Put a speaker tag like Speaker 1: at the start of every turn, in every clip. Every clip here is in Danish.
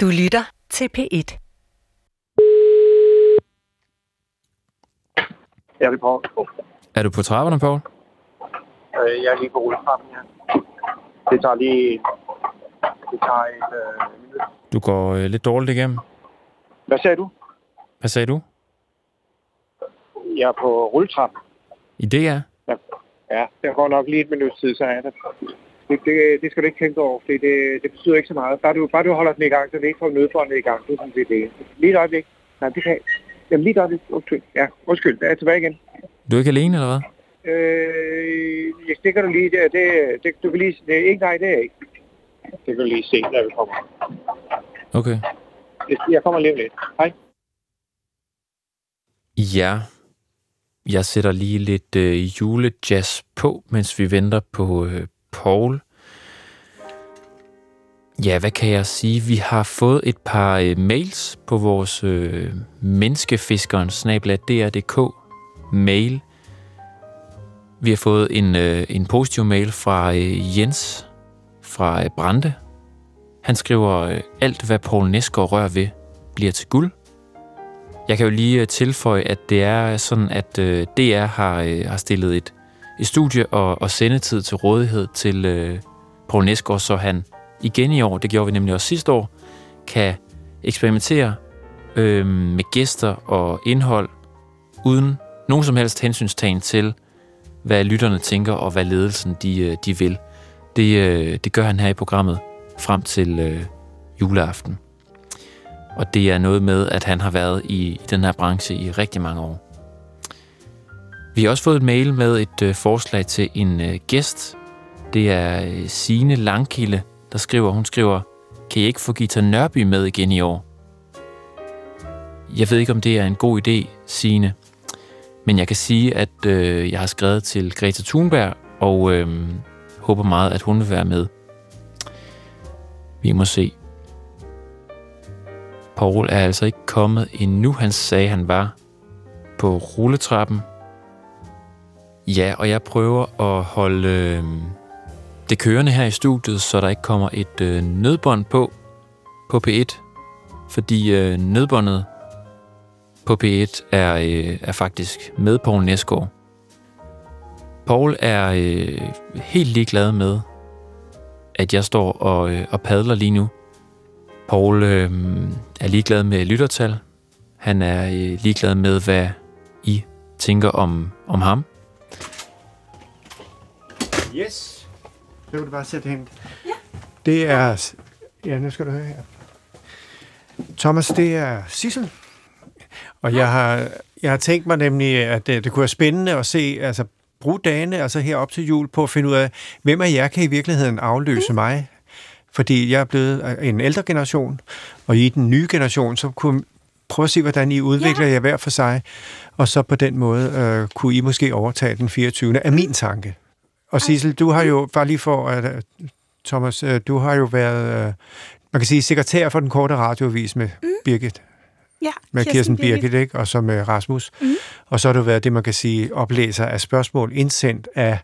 Speaker 1: Du lytter til P1.
Speaker 2: Ja, det er Poul.
Speaker 3: Er du på trapperne, Poul?
Speaker 2: Øh, jeg er lige på rulletrappen her. Det tager lige... Det tager et øh, minut.
Speaker 3: Du går øh, lidt dårligt igennem.
Speaker 2: Hvad sagde du?
Speaker 3: Hvad sagde du?
Speaker 2: Jeg er på rulletrappen.
Speaker 3: I DR?
Speaker 2: Ja, der går nok lige et minut tid, så er det. Det, det, det skal du ikke tænke over, fordi det, det betyder ikke så meget. Bare du, bare du holder den i gang, så vi ikke får nødbåndet i gang. Det er sådan set det. Lige et øjeblik. Nej, det kan Jamen lige et øjeblik. Undskyld. Ja, undskyld. Jeg er tilbage igen.
Speaker 3: Du er ikke alene, eller hvad?
Speaker 2: Øh, jeg stikker du lige der. Det, det, du kan lige... Det er ikke nej, det er jeg ikke. Det kan du lige se, når vi kommer.
Speaker 3: Okay.
Speaker 2: Jeg kommer lige om lidt. Hej.
Speaker 3: Ja. Jeg sætter lige lidt øh, julejazz på, mens vi venter på øh, Paul. Ja, hvad kan jeg sige? Vi har fået et par øh, mails på vores øh, menneskefiskeren snabla dr.dk mail. Vi har fået en, øh, en positiv mail fra øh, Jens fra øh, Brande. Han skriver, øh, alt hvad Paul Nesgaard rører ved, bliver til guld. Jeg kan jo lige øh, tilføje, at det er sådan, at øh, DR har, øh, har stillet et, et studie og, og sendetid til rådighed til øh, Paul Nesgaard, så han igen i år, det gjorde vi nemlig også sidste år, kan eksperimentere øh, med gæster og indhold, uden nogen som helst hensynstagen til, hvad lytterne tænker og hvad ledelsen de, øh, de vil. Det, øh, det gør han her i programmet frem til øh, juleaften. Og det er noget med, at han har været i, i den her branche i rigtig mange år. Vi har også fået et mail med et øh, forslag til en øh, gæst. Det er øh, Signe Langkilde, der skriver, hun skriver, kan I ikke få Gita Nørby med igen i år? Jeg ved ikke, om det er en god idé, Signe, men jeg kan sige, at øh, jeg har skrevet til Greta Thunberg, og øh, håber meget, at hun vil være med. Vi må se. Paul er altså ikke kommet endnu. Han sagde, han var på rulletrappen. Ja, og jeg prøver at holde øh, det kørende her i studiet, så der ikke kommer et øh, nødbånd på på P1. Fordi øh, nødbåndet på P1 er, øh, er faktisk med Poul Nesgaard. Poul er øh, helt ligeglad med, at jeg står og, øh, og padler lige nu. Poul øh, er ligeglad med lyttertal. Han er øh, ligeglad med, hvad I tænker om, om ham.
Speaker 4: Yes. Så kan du bare sætte hen. Ja. Det er... Ja, nu skal du høre her. Thomas, det er Sissel. Og jeg har, jeg har tænkt mig nemlig, at øh, det, det kunne være spændende at se, altså bruge dagene, altså her op til jul, på at finde ud af, hvem af jer kan i virkeligheden afløse mig? Fordi jeg er blevet øh, en ældre generation, og I er den nye generation, så kunne prøve at se, hvordan I udvikler ja. jer hver for sig, og så på den måde øh, kunne I måske overtage den 24. af min tanke. Og Sissel, du har jo, bare lige for, at, øh, Thomas, øh, du har jo været, øh, man kan sige, sekretær for den korte radioavis med mm. Birgit,
Speaker 5: Ja,
Speaker 4: med Kirsten, Kirsten Birgit, ikke? og så med Rasmus. Mm. Og så har du været det, man kan sige, oplæser af spørgsmål indsendt af,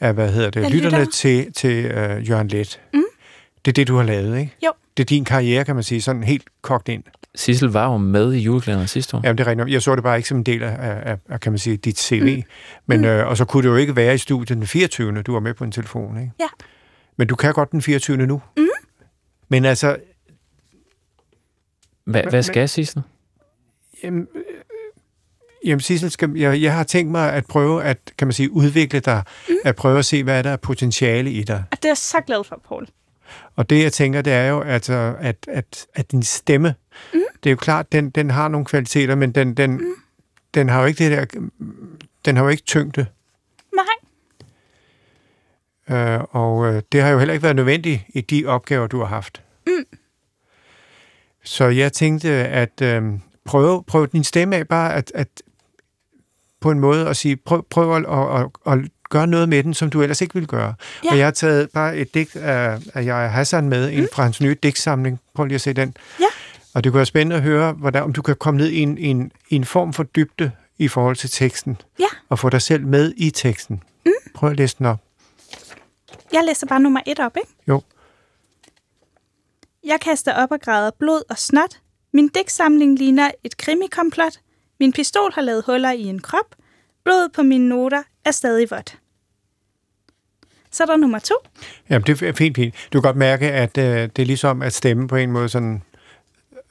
Speaker 4: af hvad hedder det,
Speaker 5: Af
Speaker 4: lytterne
Speaker 5: lyttere.
Speaker 4: til, til øh, Jørgen Let. Mm. Det er det, du har lavet, ikke?
Speaker 5: Jo.
Speaker 4: Det er din karriere, kan man sige, sådan helt kogt ind.
Speaker 3: Sissel var jo med i juleklæderne sidste år.
Speaker 4: Jamen, det er rigtigt. nok. Jeg så det bare ikke som en del af, af, af kan man sige, dit CV. Mm. Men, øh, og så kunne det jo ikke være i studiet den 24. Du var med på en telefon, ikke?
Speaker 5: Ja.
Speaker 4: Men du kan godt den 24. nu. Mm. Men altså,
Speaker 3: Hva, hvad skal Sissel?
Speaker 4: Jamen, øh, jamen Sissel, skal, jeg, jeg har tænkt mig at prøve at, kan man sige, udvikle dig, mm. at prøve at se, hvad der er potentiale i dig.
Speaker 5: Og det er jeg så glad for, Paul.
Speaker 4: Og det, jeg tænker, det er jo, at, øh, at, at, at din stemme, mm. det er jo klart, den, den har nogle kvaliteter, men den, den, mm. den har jo ikke det der, den har jo ikke tyngde.
Speaker 5: Nej,
Speaker 4: Øh, og øh, det har jo heller ikke været nødvendigt i de opgaver, du har haft. Mm. Så jeg tænkte at øh, prøve, prøve din stemme af bare at, at på en måde at sige, prøv, prøv at, at, at, at gøre noget med den, som du ellers ikke ville gøre.
Speaker 5: Ja.
Speaker 4: Og jeg har taget bare et digt af, af Jaja Hassan med, mm. en fra hans nye digtsamling. Prøv lige at se den.
Speaker 5: Ja.
Speaker 4: Og det kunne være spændende at høre, hvordan, om du kan komme ned i en, en, en form for dybde i forhold til teksten,
Speaker 5: ja.
Speaker 4: og få dig selv med i teksten. Mm. Prøv at læse den op.
Speaker 5: Jeg læser bare nummer et op, ikke?
Speaker 4: Jo.
Speaker 5: Jeg kaster op og græder blod og snot. Min digtsamling ligner et krimikomplot. Min pistol har lavet huller i en krop. Blodet på mine noter er stadig vådt. Så er der nummer to.
Speaker 4: Jamen, det er fint, fint. Du kan godt mærke, at øh, det er ligesom at stemme på en måde sådan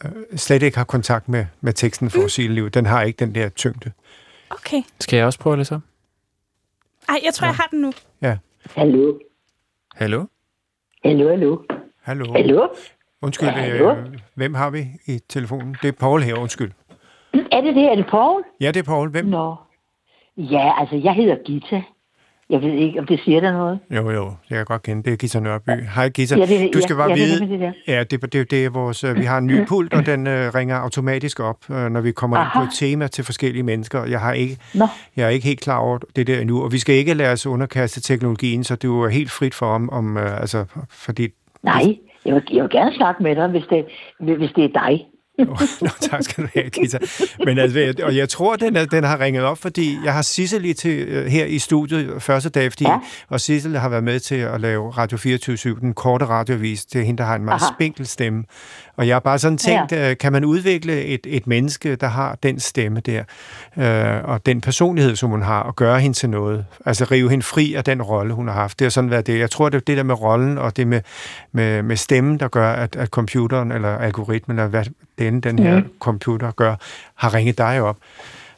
Speaker 4: øh, slet ikke har kontakt med, med teksten for mm. liv. Den har ikke den der tyngde.
Speaker 5: Okay.
Speaker 3: Skal jeg også prøve det så?
Speaker 5: Ej, jeg tror, jeg har den nu.
Speaker 4: Ja.
Speaker 1: Hallo.
Speaker 3: Hallo?
Speaker 1: Hallo, hallo.
Speaker 4: Hallo.
Speaker 1: Hallo?
Speaker 4: Undskyld,
Speaker 1: Hallo?
Speaker 4: øh, hvem har vi i telefonen? Det er Paul her, undskyld.
Speaker 1: Er det det? Er det Paul?
Speaker 4: Ja, det er Paul. Hvem?
Speaker 1: Nå. Ja, altså, jeg hedder Gita. Jeg ved ikke, om det siger dig noget.
Speaker 4: Jo, jo, det kan jeg godt kende. Det er Gita Nørby. Hej, Gita.
Speaker 1: Ja, det-
Speaker 4: du
Speaker 1: ja,
Speaker 4: skal bare
Speaker 1: ja, det er
Speaker 4: vide,
Speaker 1: nemlig det
Speaker 4: ja, det, er- det, er- det er vores, øh, vi har en ny pult, og den øh, ringer automatisk op, øh, når vi kommer Aha. ind på
Speaker 1: Aha.
Speaker 4: et tema til forskellige mennesker. Jeg har ikke,
Speaker 1: Nå.
Speaker 4: jeg er ikke helt klar over det der endnu, og vi skal ikke lade os underkaste teknologien, så det er jo helt frit for om, om øh, altså, fordi...
Speaker 1: Nej, jeg vil, jeg vil gerne snakke med dig, hvis det, hvis det er dig.
Speaker 4: Nå, tak skal du have, Gita. Men altså, jeg- og jeg tror, den, er, den har ringet op, fordi jeg har Sissel lige til, øh, her i studiet første dag, fordi, ja.
Speaker 1: Ja.
Speaker 4: og Sissel har været med til at lave Radio 24 den korte radiovis. Det er hende, der har en meget
Speaker 1: Aha.
Speaker 4: spinkel stemme. Og jeg har bare sådan tænkt,
Speaker 1: Ja.
Speaker 4: ja. kan man udvikle et, et menneske, der har den stemme der, øh, og den personlighed, som hun har, og gøre hende til noget? Altså rive hende fri af den rolle, hun har haft. Det har sådan været det. Jeg tror, det er det der med rollen, og det med, med, med stemmen, der gør, at, at computeren, eller algoritmen, eller hvad den, den her
Speaker 1: Mhm.
Speaker 4: mm. computer gør, har ringet dig op.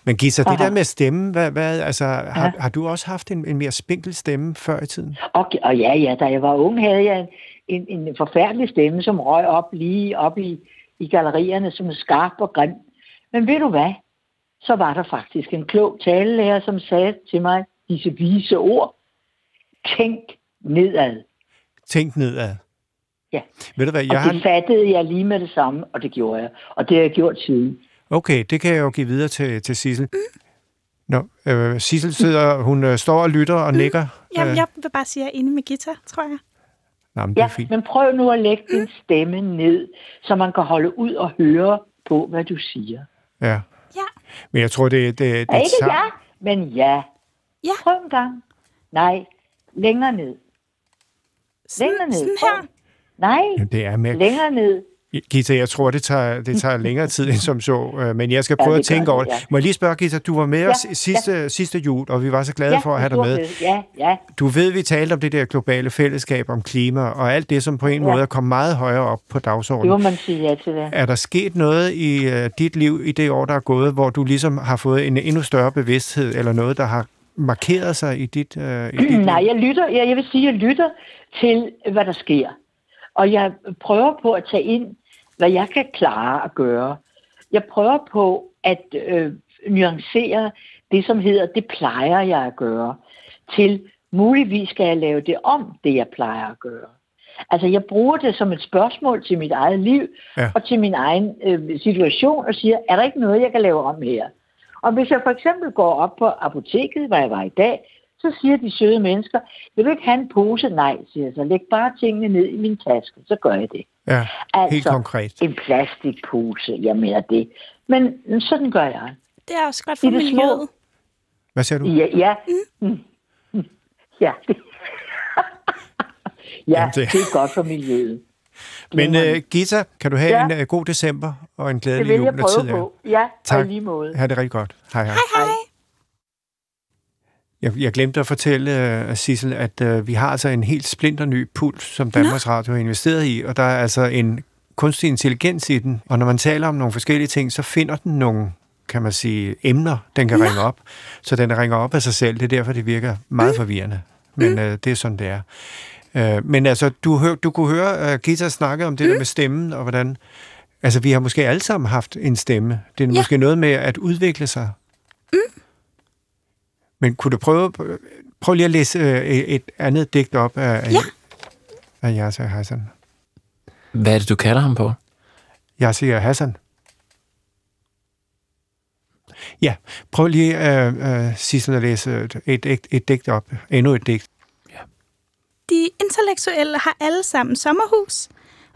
Speaker 4: Men Gisa, det
Speaker 1: Aha.
Speaker 4: der med stemme, hvad, hvad, altså, har, har du også haft en, en mere spinkel stemme før i tiden?
Speaker 1: Og, og ja, ja, da jeg var ung, havde jeg en, en, en forfærdelig stemme, som røg op lige op i, i gallerierne, som skarp og grim. Men ved du hvad? Så var der faktisk en klog talelærer, som sagde til mig disse vise ord. Tænk nedad.
Speaker 4: Tænk nedad.
Speaker 1: Ja.
Speaker 4: Ved du hvad,
Speaker 1: Og
Speaker 4: jeg
Speaker 1: det
Speaker 4: har...
Speaker 1: fattede jeg lige med det samme, og det gjorde jeg. Og det har jeg gjort siden.
Speaker 4: Okay, det kan jeg jo give videre til, til Sissel.
Speaker 1: Mm.
Speaker 4: Nå, øh, Sissel sidder, hun øh, står og lytter
Speaker 1: Mm.
Speaker 4: og nikker.
Speaker 5: Jamen,
Speaker 4: Øh,
Speaker 5: jeg vil bare sige, at jeg er inde med guitar, tror jeg.
Speaker 4: Nå, men det er
Speaker 1: Ja,
Speaker 4: fint.
Speaker 1: men prøv nu at lægge din stemme ned, så man kan holde ud og høre på, hvad du siger.
Speaker 4: Ja.
Speaker 5: Ja.
Speaker 4: Men jeg tror, det, det, det,
Speaker 1: Ja, ikke
Speaker 4: tager-
Speaker 1: ja, men ja.
Speaker 5: Ja.
Speaker 1: Prøv en gang. Nej, længere ned. Længere
Speaker 5: Sådan,
Speaker 1: ned.
Speaker 5: sådan
Speaker 1: Prøv.
Speaker 5: her.
Speaker 1: Nej,
Speaker 4: Jamen, det er med.
Speaker 1: længere ned.
Speaker 4: Gita, jeg tror, det tager, det tager længere tid end som så, øh, men jeg skal prøve
Speaker 1: det
Speaker 4: at tænke
Speaker 1: gør
Speaker 4: over det.
Speaker 1: det, Mm. ja.
Speaker 4: Må jeg lige spørge, Gita, du var med
Speaker 1: Ja,
Speaker 4: os sidste, sidste jul, og vi var så glade for at
Speaker 1: det
Speaker 4: have dig
Speaker 1: gjorde
Speaker 4: med.
Speaker 1: det. Ja, ja.
Speaker 4: Du ved, vi talte om det der globale fællesskab, om klima og alt det, som på en ja. måde er kommet meget højere op på
Speaker 1: Det
Speaker 4: dagsordenen.
Speaker 1: må man sige ja til det.
Speaker 4: Er der sket noget i øh, dit liv i det år, der er gået, hvor du ligesom har fået en endnu større bevidsthed, eller noget, der har markeret sig i dit, øh, i dit liv?
Speaker 1: Nej, jeg lytter. Jeg, jeg vil sige, jeg lytter til, hvad der sker. Og jeg prøver på at tage ind, hvad jeg kan klare at gøre. Jeg prøver på at øh, nuancere det, som hedder, det plejer jeg at gøre, til muligvis skal jeg lave det om, det jeg plejer at gøre. Altså, jeg bruger det som et spørgsmål til mit eget liv
Speaker 4: Ja.
Speaker 1: ja. og til min egen øh, situation og siger, er der ikke noget, jeg kan lave om her? Og hvis jeg for eksempel går op på apoteket, hvor jeg var i dag, så siger de søde mennesker, vil du ikke have en pose? Nej, siger jeg så. Læg bare tingene ned i min taske, så gør jeg det.
Speaker 4: Ja,
Speaker 1: Altså,
Speaker 4: helt konkret.
Speaker 1: en plastikpose, jeg mener det. Men sådan gør jeg.
Speaker 5: Det er også godt for
Speaker 1: I det små.
Speaker 5: miljøet.
Speaker 4: Hvad siger du?
Speaker 1: Ja, ja. Mm. Ja, det. ja,
Speaker 4: Jamen,
Speaker 1: det.
Speaker 4: det-
Speaker 1: det er godt for miljøet.
Speaker 4: Men øh, Gita, kan du have
Speaker 1: Ja.
Speaker 4: en øh, god december og en
Speaker 1: Det
Speaker 4: glædelig
Speaker 1: vil
Speaker 4: jul,
Speaker 1: jeg
Speaker 4: når tid
Speaker 1: prøve
Speaker 4: er.
Speaker 1: på. Ja, tak. og
Speaker 4: Tak.
Speaker 1: i lige måde.
Speaker 4: Ha' det rigtig godt. Hej, hej.
Speaker 5: Hej.
Speaker 4: Jeg, jeg glemte at fortælle, uh, Sissel, at uh, vi har altså en helt splinterny pult, som Danmarks Radio har investeret i, og der er altså en kunstig intelligens i den. Og når man taler om nogle forskellige ting, så finder den nogle kan man sige, emner, den kan ringe op. Så den ringer op af sig selv. Det er derfor, det virker meget forvirrende. Men øh, det er sådan, det er. Øh, men altså, du, hør, du kunne høre uh, Gita snakke om det der med stemmen, og hvordan... Altså, vi har måske alle sammen haft en stemme. Det er ja. måske noget med at udvikle sig. Men kunne du prøve, prøv lige at læse øh, et andet digt op af,
Speaker 5: Ja.
Speaker 4: af Yasser Hassan.
Speaker 3: Hvad er det, du kalder ham på?
Speaker 4: Yasser Hassan. Ja, prøv lige, øh, øh, Sissel, at læse et, et, et digt op. Endnu et digt.
Speaker 5: De intellektuelle har alle sammen sommerhus,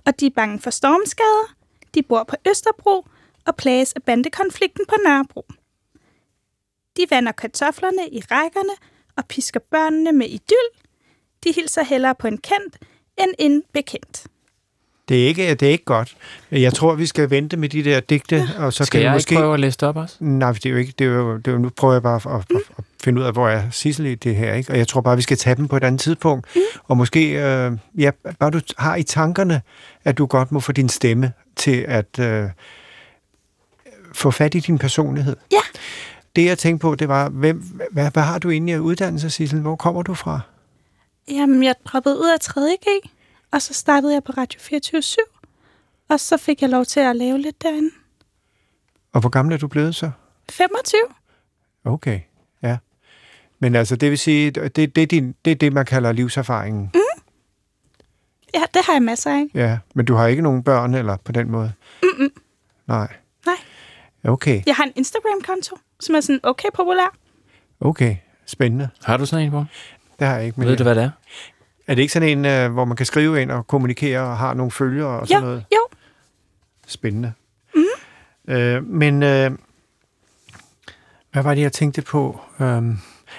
Speaker 5: og de er bange for stormskader. De bor på Østerbro og plages af bandekonflikten på Nørrebro. De vander kartoflerne i rækkerne og pisker børnene med idyl. De hilser hellere på en kendt end en bekendt.
Speaker 4: Det er ikke, det er ikke godt. Jeg tror, vi skal vente med de der digte, og så
Speaker 3: Skal
Speaker 4: kan vi
Speaker 3: jeg
Speaker 4: måske...
Speaker 3: ikke prøve at læse det op også?
Speaker 4: Nej, for det er jo ikke... Det er jo, det er jo, nu prøver jeg bare at, at, at, at finde ud af, hvor er Sissel i det her, ikke? Og jeg tror bare, vi skal tage dem på et andet tidspunkt. Mm. Og måske, øh, ja, bare du har i tankerne, at du godt må få din stemme til at øh, få fat i din personlighed.
Speaker 5: Ja.
Speaker 4: Det, jeg tænkte på, det var, hvem, hvad, hvad har du egentlig af uddannelse, Sissel? Hvor kommer du fra?
Speaker 5: Jamen, jeg droppede ud af 3.G, og så startede jeg på Radio 24 og så fik jeg lov til at lave lidt derinde.
Speaker 4: Og hvor gammel er du blevet så?
Speaker 5: 25?
Speaker 4: Okay, ja. Men altså, det vil sige, det, det, er, din, det er det, man kalder livserfaringen. Mm.
Speaker 5: Ja, det har jeg masser af.
Speaker 4: Ja, men du har ikke nogen børn eller på den måde? Mm-mm. Nej.
Speaker 5: Nej.
Speaker 4: Okay,
Speaker 5: Jeg har en Instagram-konto, som er sådan okay populær.
Speaker 4: okay. Spændende.
Speaker 3: Har du sådan en, hvor?
Speaker 4: Det har jeg ikke. Men
Speaker 3: Ved du, hvad det er?
Speaker 4: Er det ikke sådan en, øh, hvor man kan skrive ind og kommunikere og har nogle følgere og
Speaker 5: Jo,
Speaker 4: sådan noget?
Speaker 5: jo.
Speaker 4: Spændende. Mm. Øh, men øh, hvad var det, jeg tænkte på? Øh,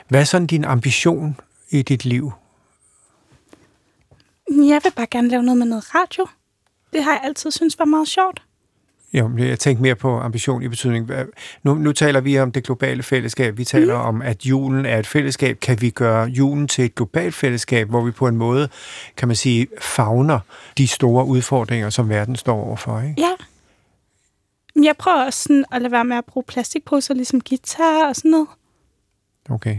Speaker 4: hvad er sådan din ambition i dit liv?
Speaker 5: Jeg vil bare gerne lave noget med noget radio. Det har jeg altid synes var meget sjovt.
Speaker 4: Jo, men jeg tænkte mere på ambition i betydning. hvad- Nu, nu taler vi om det globale fællesskab. Vi taler mm. om, at julen er et fællesskab. Kan vi gøre julen til et globalt fællesskab, hvor vi på en måde, kan man sige, fagner de store udfordringer, som verden står overfor? Ikke?
Speaker 5: Ja. Men Jeg prøver også sådan at lade være med at bruge plastikposer, ligesom guitar og sådan noget.
Speaker 4: Okay.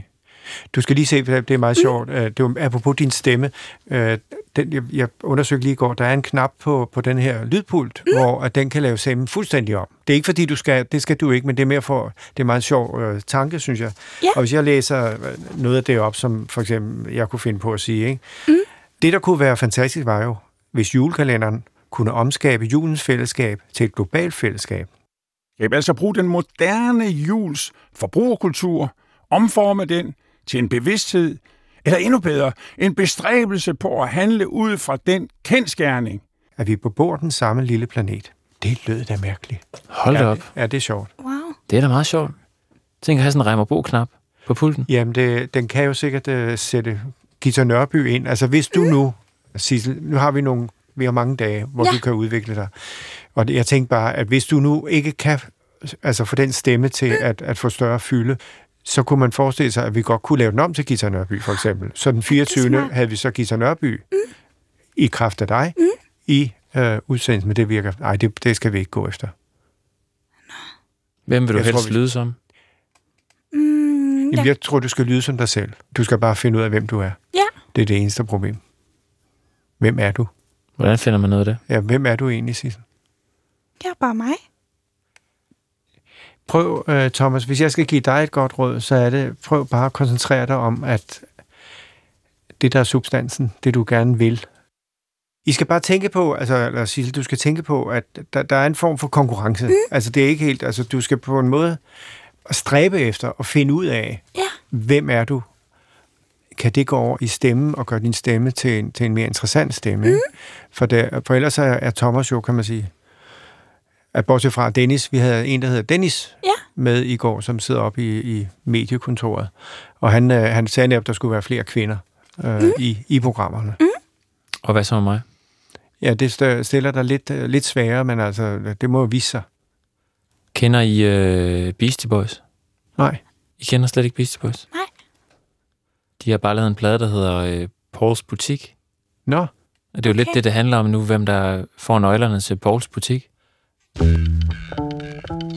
Speaker 4: Du skal lige se, for det er meget sjovt. Øh, Det var, apropos din stemme, øh, den, jeg, jeg undersøgte lige i går, der er en knap på, på den her lydpult, mm. hvor at den kan lave stemmen fuldstændig om. Det er ikke fordi, du skal, det skal du ikke, men det er mere for, det er en meget sjov øh, tanke, synes jeg.
Speaker 5: Ja.
Speaker 4: Og hvis jeg læser øh, noget af det op, som for eksempel jeg kunne finde på at sige, ikke? Mm. det der kunne være fantastisk var jo, hvis julekalenderen kunne omskabe julens fællesskab til et globalt fællesskab.
Speaker 6: Kan vi altså bruge den moderne juls forbrugerkultur, omforme den til en bevidsthed, eller endnu bedre, en bestræbelse på at handle ud fra den kendskærning.
Speaker 4: At vi bebor den samme lille planet. Det lød da mærkeligt.
Speaker 3: Hold da
Speaker 4: Ja,
Speaker 3: op.
Speaker 4: Ja, det er sjovt.
Speaker 5: Wow.
Speaker 3: Det er da meget sjovt. Tænk at have sådan en Reimer Bo-knap på pulten.
Speaker 4: Jamen, det, den kan jo sikkert øh, sætte Gita Nørby ind. Altså, hvis du nu, Sissel, nu har vi nogle, vi har mange dage, hvor
Speaker 5: Ja.
Speaker 4: ja. du kan udvikle dig. Og det, jeg tænkte bare, at hvis du nu ikke kan altså få den stemme til at, at få større fylde, så kunne man forestille sig, at vi godt kunne lave den om til Gita Nørby, for eksempel. Så den 24.
Speaker 5: smart.
Speaker 4: havde vi så Gita Nørby i kraft af dig i øh, udsendelsen, men det virker... Nej, det, det skal vi ikke gå efter.
Speaker 3: Hvem vil du
Speaker 4: Jeg
Speaker 3: jeg helst
Speaker 4: tror, vi-
Speaker 3: lyde som?
Speaker 5: Mm,
Speaker 4: Jamen,
Speaker 5: ja.
Speaker 4: jeg tror, du skal lyde som dig selv. Du skal bare finde ud af, hvem du er.
Speaker 5: ja.
Speaker 4: Det er det eneste problem. Hvem er du?
Speaker 3: Hvordan finder man noget af det?
Speaker 4: Ja, hvem er du egentlig, Sissel?
Speaker 5: Jeg er bare mig.
Speaker 4: Prøv, øh, Thomas, hvis jeg skal give dig et godt råd, så er det, prøv bare at koncentrere dig om, at det der er substansen, det du gerne vil. I skal bare tænke på, altså, eller Sissel, du skal tænke på, at der, der er en form for konkurrence. Mm. Altså, det er ikke helt, altså, du skal på en måde stræbe efter og finde ud af,
Speaker 5: Ja.
Speaker 4: hvem er du? Kan det gå over i stemmen og gøre din stemme til en, til en mere interessant stemme? Mm. For, der, for ellers er, er Thomas jo, kan man sige, at bortset fra Dennis, vi havde en, der hedder Dennis
Speaker 5: Ja.
Speaker 4: med i går, som sidder oppe i, i mediekontoret, og han, øh, han sagde netop, at der skulle være flere kvinder øh, mm. i, i programmerne. Mm.
Speaker 3: Og hvad så med mig?
Speaker 4: Ja, det stø- stiller dig lidt, øh, lidt sværere, men altså, det må jo vise sig.
Speaker 3: Kender I øh, Beastie Boys?
Speaker 4: Nej.
Speaker 3: I kender slet ikke Beastie Boys?
Speaker 5: Nej.
Speaker 3: De har bare lavet en plade, der hedder øh, Pauls Butik.
Speaker 4: Nå,
Speaker 3: Og det er jo okay.
Speaker 5: Okay.
Speaker 3: lidt det, det handler om nu, hvem der får nøglerne til Pauls Butik.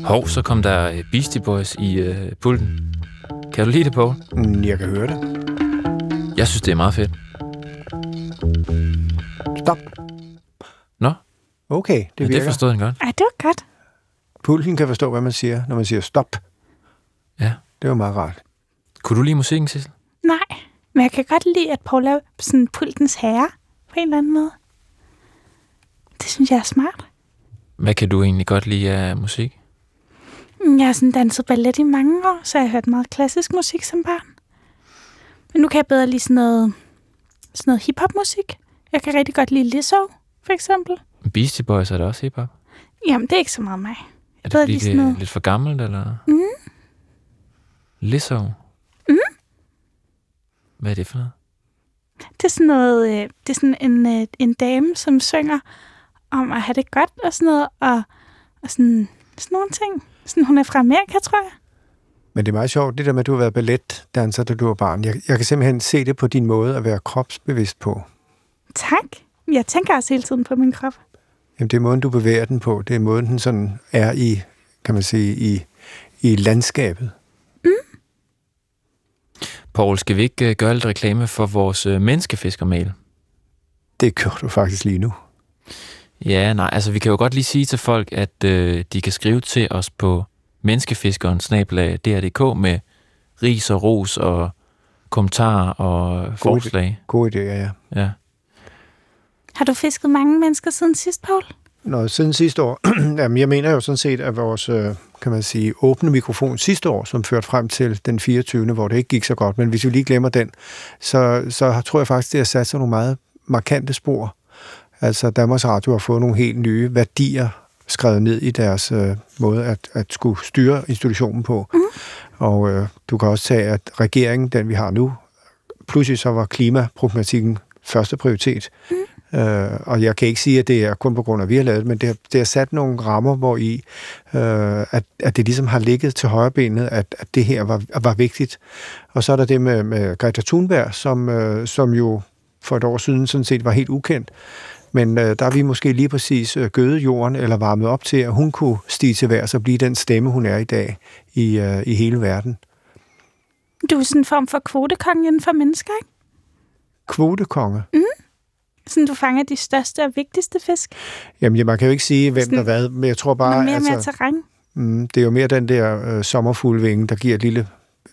Speaker 3: Hov, så kom der øh, Beastie Boys i øh, pulten. Kan du lide det, Paul?
Speaker 4: mm, jeg kan høre det.
Speaker 3: Jeg synes, det er meget fedt.
Speaker 4: Stop.
Speaker 3: Nå,
Speaker 4: Okay, det
Speaker 3: det, ja,
Speaker 4: virker.
Speaker 3: det forstod han godt.
Speaker 5: Ej, det var godt.
Speaker 4: Pulten kan forstå, hvad man siger, når man siger stop.
Speaker 3: Ja.
Speaker 4: Det var meget rart.
Speaker 3: Kunne du lide musikken, Sissel?
Speaker 5: Nej, men jeg kan godt lide, at Paul er sådan pultens herre på en eller anden måde. Det synes jeg er smart.
Speaker 3: Hvad kan du egentlig godt lide af musik?
Speaker 5: Mm, Jeg har sådan danset ballet i mange år, så jeg har hørt meget klassisk musik som barn. Men nu kan jeg bedre lide sådan noget, sådan noget hiphop-musik. Jeg kan rigtig godt lide Lizzo, for eksempel.
Speaker 3: Beastie Boys er da også hiphop.
Speaker 5: Jamen, det er ikke så meget mig.
Speaker 3: Er det
Speaker 5: Bedre
Speaker 3: fordi,
Speaker 5: lige
Speaker 3: det
Speaker 5: sådan
Speaker 3: er
Speaker 5: noget.
Speaker 3: lidt for gammelt, eller? Mm. Lizzo. Mm. Hvad er det for noget?
Speaker 5: Det er sådan, noget, øh, det er sådan en, øh, en dame, som synger om at have det godt og sådan noget, og, og sådan, sådan nogle ting. Sådan, hun er fra Amerika, tror jeg.
Speaker 4: Men det er meget sjovt, det der med, at du har været balletdanser, da du var barn. Jeg, jeg kan simpelthen se det på din måde at være kropsbevidst på.
Speaker 5: Tak. Jeg tænker også hele tiden på min krop.
Speaker 4: Jamen, det er måden, du bevæger den på. Det er måden, den sådan er i, kan man sige, i, i landskabet.
Speaker 3: Poul, skal vi ikke øh, gøre lidt reklame for vores øh, menneskefiskermail?
Speaker 4: Det gør du faktisk lige nu.
Speaker 3: Ja, nej, altså vi kan jo godt lige sige til folk, at øh, de kan skrive til os på menneskefiskeren snablag DR.dk med ris og ros og kommentarer og God. forslag.
Speaker 4: God idé, ja.
Speaker 3: Ja.
Speaker 5: Har du fisket mange mennesker siden sidst, Paul?
Speaker 4: Nå, siden sidste år, jamen jeg mener jo sådan set, at vores, øh, kan man sige, åbne mikrofon sidste år, som førte frem til den 24., hvor det ikke gik så godt, men hvis vi lige glemmer den, så, så tror jeg faktisk, det har sat sig nogle meget markante spor. Altså Danmarks Radio har fået nogle helt nye værdier skrevet ned i deres øh, måde at, at skulle styre institutionen på. Mm. Og øh, du kan også tage, at regeringen, den vi har nu, pludselig så var klimaproblematikken første prioritet. Øh, og jeg kan ikke sige, at det er kun på grund af, at vi har lavet det, men det, har- det har sat nogle rammer, hvor i, øh, at, at det ligesom har ligget til højrebenet, at, at det her var, var vigtigt. Og så er der det med, med Greta Thunberg, som, øh, som jo for et år siden sådan set var helt ukendt. Men øh, der er vi måske lige præcis øh, gødet jorden eller varmet op til, at hun kunne stige til værs og blive den stemme, hun er i dag i, øh, i hele verden.
Speaker 5: Du er sådan en form for kvotekongen inden for mennesker, ikke?
Speaker 4: Kvotekonge.
Speaker 5: Mm. Sådan, du fanger de største og vigtigste fisk.
Speaker 4: Jamen, ja, man kan jo ikke sige, hvem
Speaker 5: Sådan-
Speaker 4: der hvad, men jeg tror bare...
Speaker 5: Bare, mere altså... og mere terræn.
Speaker 4: Mm, det er jo mere den der øh, sommerfuglvinge, der giver et lille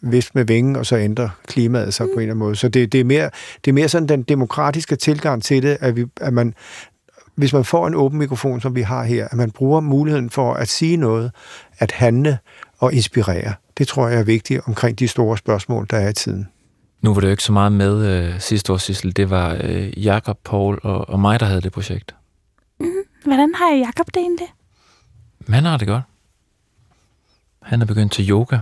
Speaker 4: vist med vingen, og så ændrer klimaet sig mm. på en eller anden måde. Så det, det, er mere, det er mere sådan den demokratiske tilgang til det, at, vi, at man, hvis man får en åben mikrofon, som vi har her, at man bruger muligheden for at sige noget, at handle og inspirere. Det tror jeg er vigtigt omkring de store spørgsmål, der er i tiden.
Speaker 3: Nu var det jo ikke så meget med øh, sidste år, Sissel. Det var øh, Jakob, Paul og, og mig, der havde det projekt.
Speaker 5: Hvordan har Jacob det egentlig?
Speaker 3: Men han har det godt. Han er begyndt til yoga.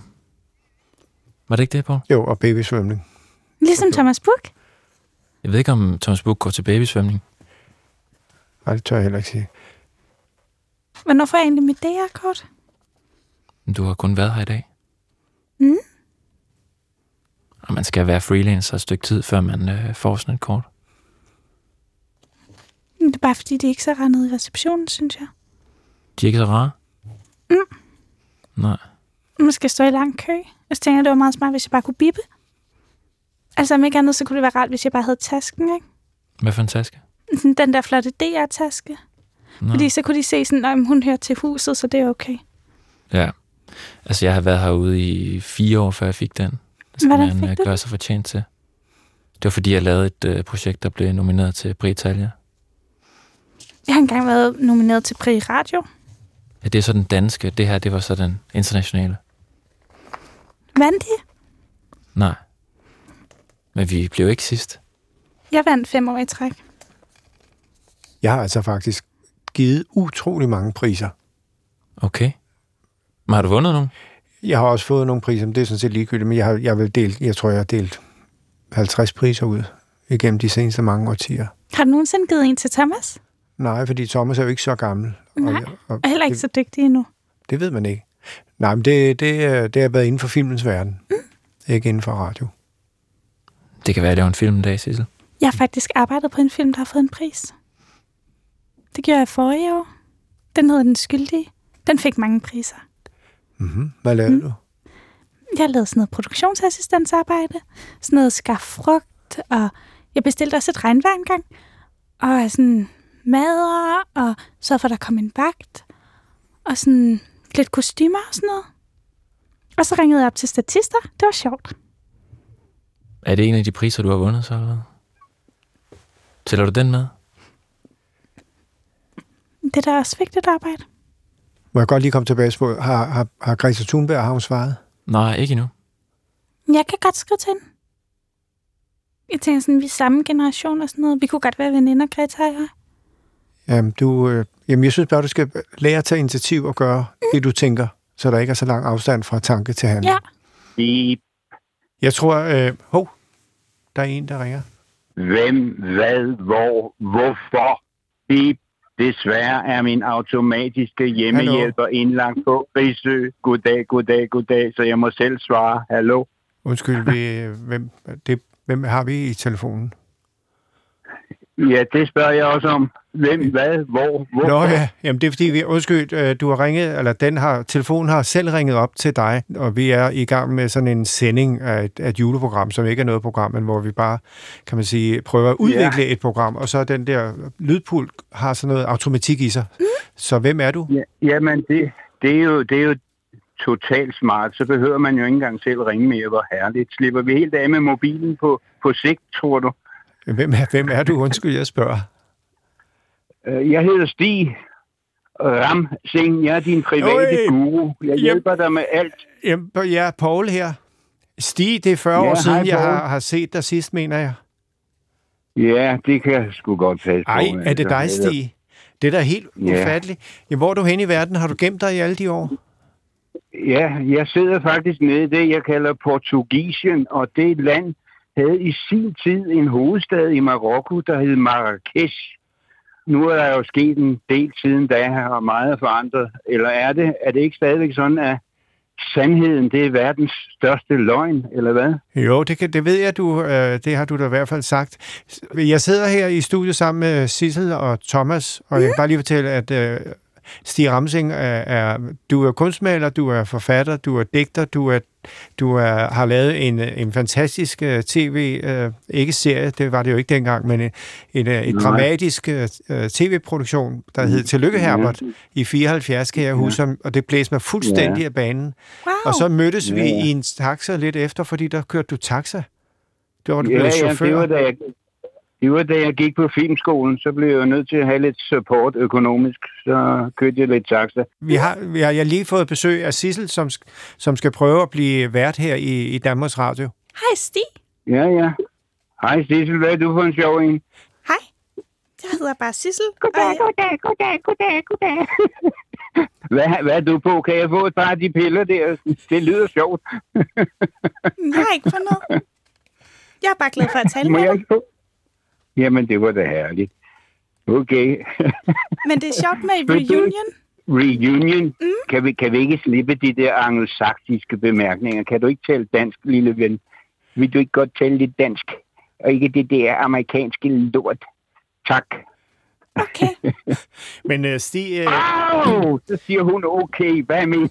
Speaker 3: Var det ikke det, Paul?
Speaker 4: Jo, og babysvømning.
Speaker 5: Ligesom Thomas Buch?
Speaker 3: Jeg ved ikke, om Thomas Buch går til babysvømning.
Speaker 4: Nej, det tør jeg heller ikke sige.
Speaker 5: Hvornår får jeg egentlig mit DR-kort?
Speaker 3: Men Du har kun været her i dag.
Speaker 5: Mm.
Speaker 3: Og man skal være freelancer et stykke tid, før man øh, får sådan et kort.
Speaker 5: Det er bare, fordi det er ikke så rendet i receptionen, synes jeg.
Speaker 3: De er ikke så rare? Mm. Nej.
Speaker 5: Man skal stå i lang kø. Og så tænker jeg, det var meget smart, hvis jeg bare kunne bippe. Altså, om ikke andet, så kunne det være rart, hvis jeg bare havde tasken, ikke?
Speaker 3: Hvad for en taske?
Speaker 5: Sådan Den der flotte DR-taske.
Speaker 3: Nå.
Speaker 5: Fordi så kunne de se sådan, at hun hører til huset, så det er okay.
Speaker 3: Ja. Altså, jeg har været herude i fire år, før jeg fik den. Det skal
Speaker 5: Hvordan
Speaker 3: man
Speaker 5: fik
Speaker 3: øh,
Speaker 5: du
Speaker 3: gøre sig fortjent til. Det var, fordi jeg lavede et øh, projekt, der blev nomineret til Britalia.
Speaker 5: Jeg har engang været nomineret til Prix Radio.
Speaker 3: Ja, det er så den danske. Det her, det var så den internationale.
Speaker 5: Vandt de?
Speaker 3: Nej. Men vi blev ikke sidst.
Speaker 5: Jeg vandt fem år i træk.
Speaker 4: Jeg har altså faktisk givet utrolig mange priser.
Speaker 3: Okay. Men har du vundet nogen?
Speaker 4: Jeg har også fået nogle priser, men det er sådan set ligegyldigt, men jeg har, jeg har vel delt, jeg tror, jeg har delt 50 priser ud igennem de seneste mange årtier.
Speaker 5: Har du nogensinde givet en til Thomas?
Speaker 4: Nej, fordi Thomas er jo ikke så gammel.
Speaker 5: Nej,
Speaker 4: jeg, og
Speaker 5: Og heller ikke
Speaker 4: det,
Speaker 5: så dygtig endnu.
Speaker 4: det ved man ikke. Nej, men det, det, øh, det har været inden for filmens verden.
Speaker 5: Mm.
Speaker 4: Ikke inden for radio.
Speaker 3: Det kan være, at det var en film en dag, Sissel.
Speaker 5: Jeg har faktisk arbejdet på en film, der har fået en pris. Det gjorde jeg forrige år. Den hedder Den Skyldige. Den fik mange priser.
Speaker 4: Mm-hmm. Hvad lavede mm. du?
Speaker 5: Jeg lavede sådan noget produktionsassistentsarbejde, sådan noget skaffe frugt, og jeg bestilte også et regnvejr engang, og sådan mader, og så for, at der kom en vagt, og sådan lidt kostymer og sådan noget. Og så ringede jeg op til statister. Det var sjovt.
Speaker 3: Er det en af de priser, du har vundet så? Eller? hvad? Tæller du den med?
Speaker 5: Det er da også vigtigt arbejde.
Speaker 4: Må jeg godt lige komme tilbage på, har, har, har Greta Thunberg, har hun svaret?
Speaker 3: Nej, ikke endnu.
Speaker 5: Jeg kan godt skrive til hende. Jeg tænker sådan, vi er samme generation og sådan noget. Vi kunne godt være veninder, Greta og jeg.
Speaker 4: Jamen, du, øh, jamen, jeg synes bare, du skal lære at tage initiativ og gøre det, du tænker, så der ikke er så lang afstand fra tanke til handling.
Speaker 5: Mm. Ja.
Speaker 7: Bip.
Speaker 4: Jeg tror, øh, hov, der er en, der ringer.
Speaker 7: Hvem, hvad, hvor, hvorfor? Bip. Desværre er min automatiske hjemmehjælper Hallo. indlagt på Rigsø. Goddag, goddag, goddag, så jeg må selv svare. Hallo?
Speaker 4: Undskyld, vi, hvem, det, hvem har vi i telefonen?
Speaker 7: Ja, det spørger jeg også om. Hvem, hvad, hvor, hvor?
Speaker 4: Nå ja, Jamen, det er fordi, vi, undskyld, øh, du har ringet, eller den har, telefonen har selv ringet op til dig, og vi er i gang med sådan en sending af et, af et juleprogram, som ikke er noget program, men hvor vi bare, kan man sige, prøver at udvikle ja. et program, og så den der lydpult har sådan noget automatik i sig.
Speaker 7: Mm.
Speaker 4: Så hvem er du?
Speaker 7: Ja, jamen, det, det, er jo, det er jo totalt smart. Så behøver man jo ikke engang selv ringe mere. Hvor herligt. Slipper vi helt af med mobilen på, på sigt, tror du?
Speaker 4: Hvem er, hvem er du? Undskyld, jeg spørger.
Speaker 7: Øh, Jeg hedder Stig Ram Singh. Jeg er din private
Speaker 4: Øj!
Speaker 7: Øj, guru. Jeg hjælper dig med alt.
Speaker 4: Jamen, jeg er Paul her. Stig, det er 40 ja,
Speaker 7: Ja,
Speaker 4: år
Speaker 7: hej,
Speaker 4: siden, jeg
Speaker 7: Poul.
Speaker 4: har, har set dig sidst, mener jeg.
Speaker 7: Ja, det kan jeg sgu godt passe på.
Speaker 4: Ej, er det
Speaker 7: altså.
Speaker 4: dig, Stig? Det er da helt
Speaker 7: Ja.
Speaker 4: ufatteligt. Ja, hvor er du henne i verden? Har du gemt dig i alle de år?
Speaker 7: Ja, jeg sidder faktisk nede i det, jeg kalder Portugisien, og det land havde i sin tid en hovedstad i Marokko, der hed Marrakesh. Nu er der jo sket en del siden da, og meget er forandret. Eller er det, er det ikke stadigvæk sådan, at sandheden det er verdens største løgn, eller hvad?
Speaker 4: Jo, det, kan, det ved jeg, du, øh, det har du da i hvert fald sagt. Jeg sidder her i studiet sammen med Sissel og Thomas, og jeg kan bare lige fortælle, at øh, Stig Ramsing er, er, du er kunstmaler, du er forfatter, du er digter, du, er, du er, har lavet en, en fantastisk øh, tv, øh, ikke serie, det var det jo ikke dengang, men en, en, øh, en
Speaker 7: Nej.
Speaker 4: dramatisk øh, øh, tv-produktion, der hed Tillykke Herbert i 74, kan jeg huske, som- og det blæste mig fuldstændig af banen.
Speaker 5: Wow.
Speaker 4: Og så mødtes ja,
Speaker 7: Ja,
Speaker 4: vi
Speaker 7: ja.
Speaker 4: i en taxa lidt efter, fordi der kørte du taxa. Det var du
Speaker 7: Ja,
Speaker 4: blevet
Speaker 7: ja,
Speaker 4: chauffør.
Speaker 7: det var, da jeg, det var da jeg gik på filmskolen, så blev jeg jo nødt til at have lidt support økonomisk, så kørte jeg lidt taxa.
Speaker 4: Vi har, vi har, jeg har lige fået besøg af Sissel, som, sk- som skal prøve at blive vært her i, i Danmarks Radio.
Speaker 5: Hej Stig.
Speaker 7: Ja, ja. Hej Sissel, hvad er du for en sjov en?
Speaker 5: Hej. Jeg hedder bare Sissel.
Speaker 8: Goddag,
Speaker 5: og jeg-
Speaker 8: goddag, goddag, goddag, goddag.
Speaker 7: Hvad, hvad er du på? Kan jeg få et par af de piller der? Det lyder sjovt.
Speaker 5: Jeg har ikke fået noget. Jeg er bare glad for at tale
Speaker 7: Må
Speaker 5: med
Speaker 7: jeg
Speaker 5: dig.
Speaker 7: ikke få? Jamen, det var da herligt. Okay.
Speaker 5: Men det er sjovt med
Speaker 7: du ikke-
Speaker 5: reunion.
Speaker 7: Reunion. Mm. Kan, vi, kan vi ikke slippe de der angelsaksiske bemærkninger? Kan du ikke tale dansk, lille ven? Vil du ikke godt tale lidt dansk? Og ikke det der amerikanske lort. Tak.
Speaker 5: Okay.
Speaker 4: Men uh, Stig, øh,
Speaker 7: Au! Så siger hun, okay, hvad med?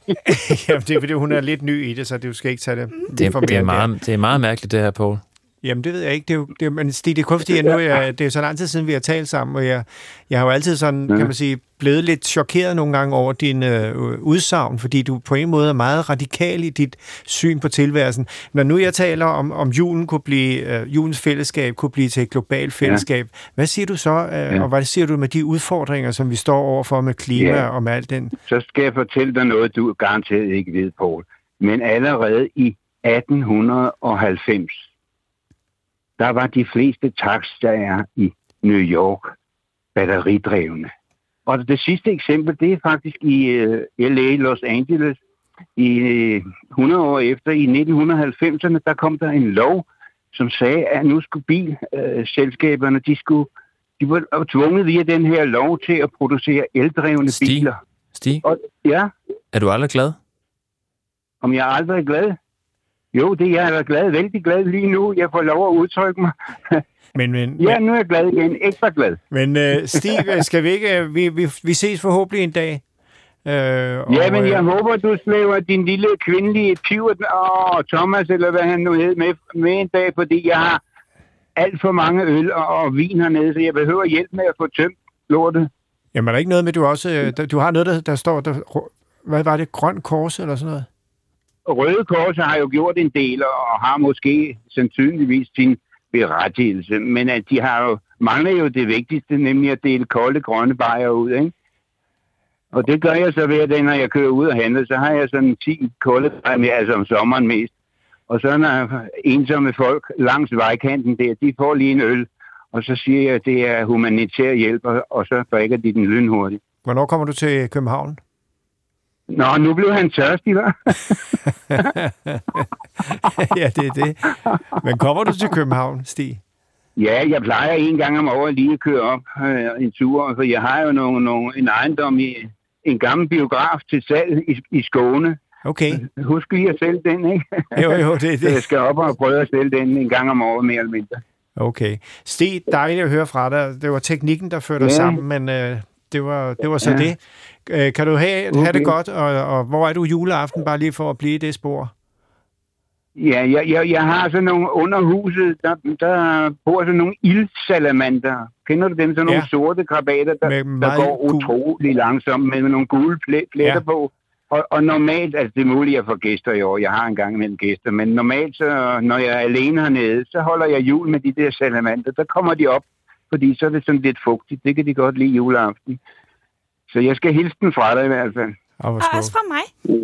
Speaker 4: jamen, det er fordi, hun er lidt ny i det, så du skal ikke tage det.
Speaker 3: Det, er- det, er, meget, det er meget mærkeligt, det her, Poul.
Speaker 4: Jamen, det ved jeg ikke. Det er jo, det er, men Stig, det er kun fordi, jeg nu jeg, det er så lang tid siden, vi har talt sammen, og jeg, jeg har jo altid sådan, kan man sige, blevet lidt chokeret nogle gange over din øh, udsagn, fordi du på en måde er meget radikal i dit syn på tilværelsen. Når nu jeg taler om, om julen kunne blive, øh, julens fællesskab kunne blive til et globalt fællesskab, ja. hvad siger du så, øh, ja. og hvad siger du med de udfordringer, som vi står overfor med klima ja.
Speaker 7: Ja.
Speaker 4: og med alt den?
Speaker 7: så skal jeg fortælle dig noget, du garanteret ikke ved, Poul. Men allerede i 1890, der var de fleste taxaer i New York batteridrevne. Og det sidste eksempel, det er faktisk i øh, L.A., Los Angeles. I øh, 100 år efter, i 1990'erne, der kom der en lov, som sagde, at nu skulle bilselskaberne, de skulle de var tvunget via den her lov til at producere eldrevne
Speaker 3: Stig.
Speaker 7: biler.
Speaker 3: Stig,
Speaker 7: Og, ja,
Speaker 3: er du aldrig glad?
Speaker 7: om jeg aldrig er glad? Jo, det er jeg er glad, vældig glad lige nu. Jeg får lov at udtrykke mig.
Speaker 4: Men, men,
Speaker 7: Ja, nu er jeg glad igen. Ekstra glad.
Speaker 4: men, men øh, Stig, øh, skal vi ikke, øh, vi, vi, vi ses forhåbentlig en dag. Øh,
Speaker 7: Ja, men
Speaker 4: øh,
Speaker 7: jeg håber, du slæver din lille kvindelige pivot, åh, Thomas, eller hvad han nu hed, med, med en dag, fordi jeg har alt for mange øl og, og vin hernede, så jeg behøver hjælp med at få tømt lortet.
Speaker 4: Jamen er der ikke noget med, du også...
Speaker 7: Mm.
Speaker 4: øh, der- Du har noget, der, der står... Der, hvad var det? Grøn kors eller sådan noget?
Speaker 7: Og Røde Kors har jo gjort en del, og har måske sandsynligvis sin berettigelse, men at de har jo, mangler jo det vigtigste, nemlig at dele kolde grønne bajer ud, ikke? Og det gør jeg så hver dag, når jeg kører ud og handler, så har jeg sådan 10 kolde bajer med, altså om sommeren mest. Og så når ensomme folk langs vejkanten der, de får lige en øl, og så siger jeg, at det er humanitær hjælp, og- og så drikker de den lynhurtigt.
Speaker 4: Hvornår kommer du til København?
Speaker 7: Nå, nu blev han tørstig, hva'?
Speaker 4: ja, det er det. Men kommer du til København, Stig?
Speaker 7: Ja, jeg plejer en gang om året lige at køre op øh, en tur, for jeg har jo nogle, nogle, en ejendom i en gammel biograf til salg i, i Skåne.
Speaker 4: Okay,
Speaker 7: Husk lige at sælge den, ikke?
Speaker 4: jo jo, det er
Speaker 7: Så jeg
Speaker 4: det.
Speaker 7: skal op og prøve at sælge den en gang om året mere eller mindre.
Speaker 4: Okay. Stig, dejligt at høre fra dig. Det var teknikken, der førte os
Speaker 7: Ja.
Speaker 4: sammen, men øh, det, var, det var så
Speaker 7: Ja.
Speaker 4: det. Øh, kan du have, have
Speaker 7: Okay.
Speaker 4: det godt, og, og hvor er du juleaften, bare lige for at blive i det spor?
Speaker 7: Ja, jeg, jeg, jeg har sådan nogle underhuse, der, der bor sådan nogle ildsalamander. Kender du dem? Sådan nogle
Speaker 4: Ja.
Speaker 7: sorte krabater, der,
Speaker 4: Med
Speaker 7: der
Speaker 4: meget
Speaker 7: går
Speaker 4: gul-
Speaker 7: utrolig langsomt med, med nogle gule ple- pletter
Speaker 4: Ja.
Speaker 7: ja. på. Og, og normalt, altså det er muligt, at jeg får gæster i år, jeg har engang imellem gæster, men normalt, så, når jeg er alene hernede, så holder jeg jul med de der salamander. Der kommer de op, fordi så er det sådan lidt fugtigt. Det kan de godt lide juleaften. Så jeg skal hilse den fra dig i hvert fald.
Speaker 4: Og hvor
Speaker 5: Og
Speaker 4: smukt.
Speaker 5: også fra mig.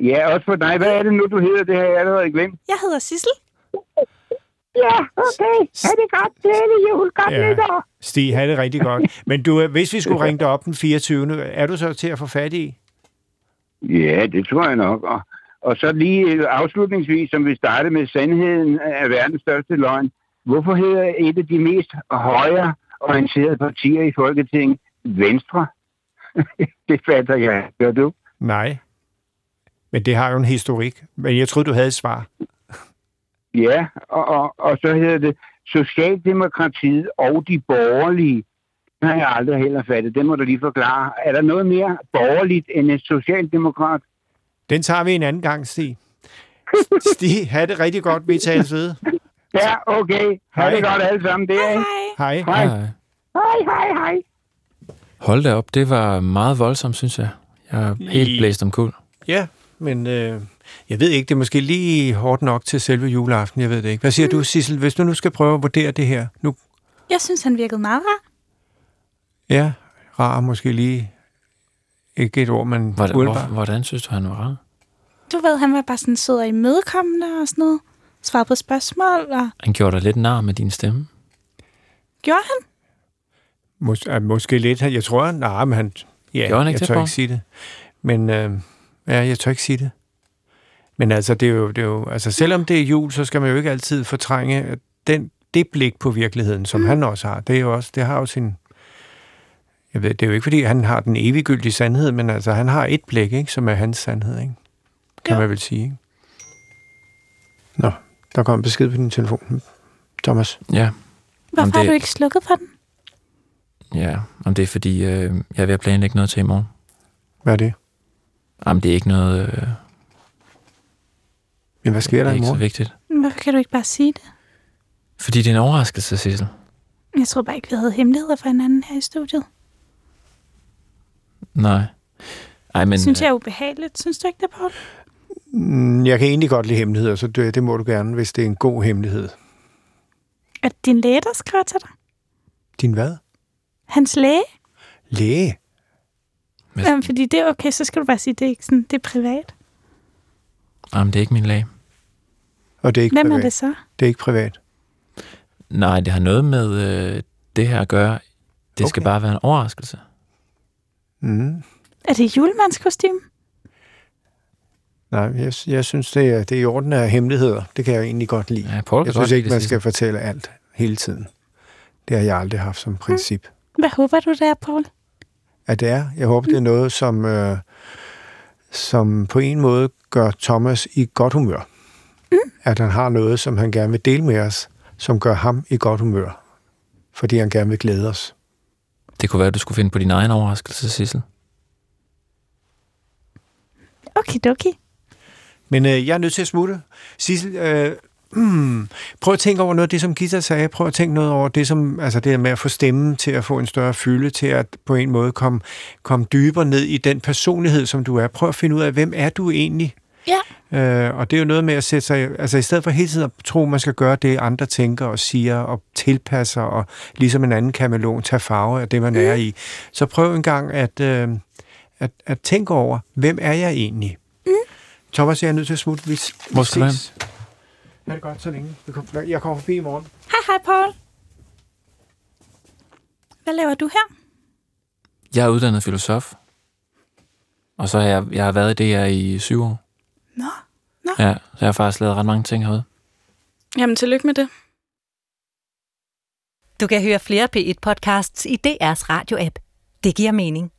Speaker 7: Ja, også for dig. Hvad er det nu, du hedder? Det har jeg allerede glemt.
Speaker 5: Jeg hedder Sissel.
Speaker 8: Ja, okay. Ha' det godt. Glædelig jul. Godt
Speaker 4: Ja.
Speaker 8: ja. nytår.
Speaker 4: Stig, have det rigtig godt. Men du, øh, hvis vi skulle ringe dig op den 24., er du så til at få fat i?
Speaker 7: Ja, det tror jeg nok. Og, og så lige øh, afslutningsvis, som vi startede med sandheden af verdens største løgn. Hvorfor hedder et af de mest højreorienterede partier i Folketinget Venstre? det fatter jeg. Gør du?
Speaker 4: Nej. Men det har jo en historik. Men jeg troede, du havde et svar.
Speaker 7: Ja, og, og, og så hedder det Socialdemokratiet og de borgerlige. Det har jeg aldrig heller fattet. Det må du lige forklare. Er der noget mere borgerligt end en socialdemokrat?
Speaker 4: Den tager vi en anden gang, Stig. Stig, have det rigtig godt. Vi tales ved.
Speaker 7: Ja, okay. Ha' det
Speaker 4: Hej.
Speaker 7: godt alle sammen. Det er, ikke?
Speaker 5: Hej.
Speaker 4: Hej.
Speaker 7: Hej.
Speaker 3: Ja.
Speaker 8: Hej, hej, hej.
Speaker 3: Hold da op, det var meget voldsomt, synes jeg. Jeg er helt
Speaker 4: I-
Speaker 3: blæst omkuld.
Speaker 4: Ja, men øh, jeg ved ikke, det er måske lige hårdt nok til selve juleaften, jeg ved det ikke. Hvad siger du, Sissel, hvis du nu skal prøve at vurdere det her? Nu,
Speaker 5: Jeg synes, han virkede meget rar.
Speaker 4: ja, rar måske lige ikke et ord, men
Speaker 3: Hvordan, hvor,
Speaker 4: umiddelbart.
Speaker 3: hvordan synes du, han var rar?
Speaker 5: Du ved, han var bare sådan sød og imødekommende og sådan noget. Svarede på spørgsmål, og
Speaker 3: Han gjorde dig lidt nar med din stemme.
Speaker 5: gjorde han?
Speaker 4: Mås- ah, måske lidt. Jeg tror, nej, men han... Ja,
Speaker 3: Gjorde han ikke
Speaker 4: jeg
Speaker 3: det,
Speaker 4: tør
Speaker 3: Paul?
Speaker 4: ikke sige det. Men øh, ja, jeg tør ikke sige det. Men altså, det er, jo, det er jo... Altså, selvom det er jul, så skal man jo ikke altid fortrænge den, det blik på virkeligheden, som mm. han også har. Det, er jo også, det har jo sin... Jeg ved, det er jo ikke, fordi han har den eviggyldige sandhed, men altså, han har et blik, ikke, som er hans sandhed, ikke? Kan
Speaker 5: Jo.
Speaker 4: man vel sige, ikke? Nå, der kom en besked på din telefon, Thomas.
Speaker 3: Ja, Jamen,
Speaker 5: Hvorfor har
Speaker 3: det-
Speaker 5: du ikke slukket for den?
Speaker 3: ja. Om det er fordi, øh, jeg er ved at planlægge noget til i morgen.
Speaker 4: Hvad er det?
Speaker 3: Jamen, det er ikke noget, øh,
Speaker 4: Men hvad sker
Speaker 3: det
Speaker 4: der
Speaker 3: er
Speaker 4: i
Speaker 3: ikke så
Speaker 4: morgen?
Speaker 3: vigtigt.
Speaker 5: Hvorfor kan du ikke bare sige det?
Speaker 3: Fordi det er en overraskelse, Sissel.
Speaker 5: Jeg troede bare ikke, vi havde hemmeligheder for hinanden her i studiet.
Speaker 3: Nej. Ej, men, øh,
Speaker 5: Men, synes jeg er ubehageligt. Synes du ikke det, Paul?
Speaker 4: Mm, Jeg kan egentlig godt lide hemmeligheder, så det, det må du gerne, hvis det er en god hemmelighed.
Speaker 5: Er det din læge, der skriver til dig?
Speaker 4: Din hvad?
Speaker 5: Hans læge?
Speaker 4: Læge?
Speaker 3: Hvis-
Speaker 5: Jamen, fordi det er okay, så skal du bare sige, det er ikke sådan, det er privat.
Speaker 3: øh, jamen, det er ikke min lag.
Speaker 4: Og det er ikke
Speaker 5: Hvem
Speaker 4: privat.
Speaker 5: er det så?
Speaker 4: det er ikke privat.
Speaker 3: Nej, det har noget med øh, det her at gøre. Det okay. skal
Speaker 4: Okay.
Speaker 3: bare være en overraskelse.
Speaker 4: Mm.
Speaker 5: Er det julemandskostyme?
Speaker 4: Nej, jeg, jeg synes, det er, det er i orden af hemmeligheder. Det kan jeg egentlig godt lide.
Speaker 3: Ja, Paul kan godt
Speaker 4: jeg synes
Speaker 3: lide
Speaker 4: ikke,
Speaker 3: det,
Speaker 4: man
Speaker 3: Sissel.
Speaker 4: skal fortælle alt hele tiden. Det har jeg aldrig haft som princip.
Speaker 5: Hvad håber du der, Paul?
Speaker 4: At det er, jeg håber, det er noget, som, øh, som på en måde gør Thomas i godt humør. Mm. At han har noget, som han gerne vil dele med os, som gør ham i godt humør. Fordi han gerne vil glæde os.
Speaker 3: Det kunne være, at du skulle finde på din egen overraskelse, Sissel.
Speaker 5: Okay, doki.
Speaker 4: Men øh, jeg er nødt til at smutte. Sissel, øh, mm, prøv at tænke over noget af det, som Gita sagde. Prøv at tænke noget over det, som, altså det her med at få stemmen til at få en større fylde, til at på en måde komme, komme dybere ned i den personlighed, som du er. Prøv at finde ud af, hvem er du egentlig?
Speaker 5: Ja.
Speaker 4: Øh, og det er jo noget med at sætte sig... Altså i stedet for hele tiden at tro, man skal gøre det, andre tænker og siger og tilpasser, og ligesom en anden kamelon tager farve af det, man mm. er i. Så prøv en gang at, øh, at, at tænke over, hvem er jeg egentlig? Mm. Thomas, jeg er nødt til at smutte. Vi, vi
Speaker 3: Hvor skal du
Speaker 4: ses. Ha' det godt så længe. Vi kommer- Jeg kommer forbi i morgen.
Speaker 5: Hej, hej, Paul. Hvad laver du her?
Speaker 3: Jeg er uddannet filosof. Og så har jeg, jeg har været i DR i syv år.
Speaker 5: Nå.
Speaker 3: Ja, så jeg har faktisk lavet ret mange ting herude.
Speaker 5: Jamen, tillykke med det.
Speaker 9: Du kan høre flere P1-podcasts i DR's radio-app. Det giver mening.